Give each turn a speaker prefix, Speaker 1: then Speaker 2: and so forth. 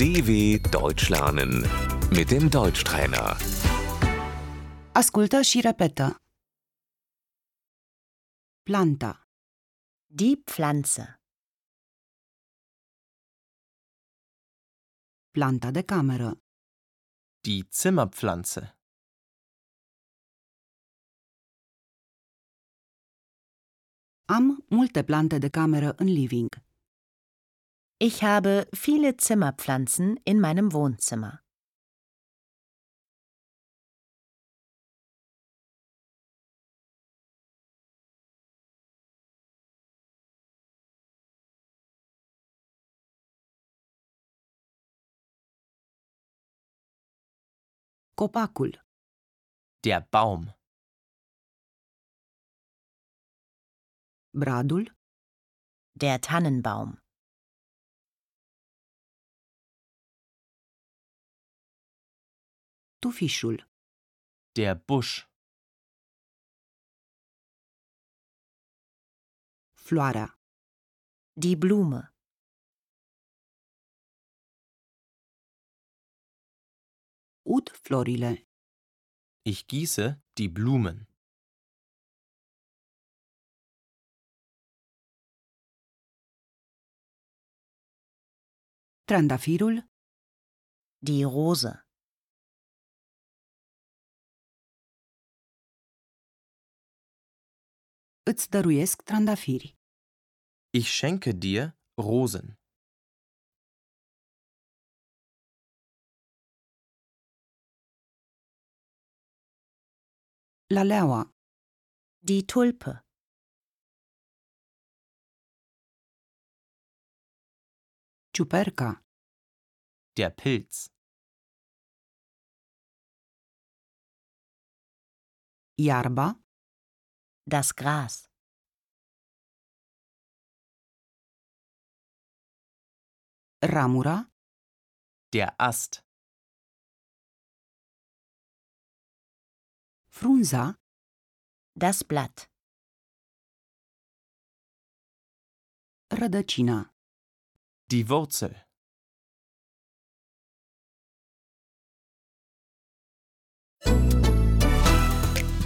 Speaker 1: DW Deutsch lernen mit dem Deutschtrainer.
Speaker 2: Ascultă și repetă. Planta,
Speaker 3: Die Pflanze.
Speaker 2: planta de cameră,
Speaker 4: Die Zimmerpflanze.
Speaker 2: Am multe plante de cameră în living.
Speaker 3: Ich habe viele Zimmerpflanzen in meinem Wohnzimmer.
Speaker 2: Copacul,
Speaker 4: Der Baum.
Speaker 2: bradul,
Speaker 3: Der Tannenbaum.
Speaker 2: tufișul,
Speaker 4: Der Busch.
Speaker 2: floarea,
Speaker 3: Die Blume.
Speaker 2: ud florile,
Speaker 4: Ich gieße die Blumen.
Speaker 2: trandafirul,
Speaker 3: Die Rose.
Speaker 2: îți dăruiesc trandafiri.
Speaker 4: Ich schenke dir Rosen.
Speaker 2: Laleaua,
Speaker 3: Die Tulpe.
Speaker 2: ciuperca,
Speaker 4: Der Pilz.
Speaker 2: iarba,
Speaker 3: Das Gras.
Speaker 2: ramura,
Speaker 4: Der Ast.
Speaker 2: frunza,
Speaker 3: Das Blatt.
Speaker 2: rădăcina,
Speaker 4: Die Wurzel.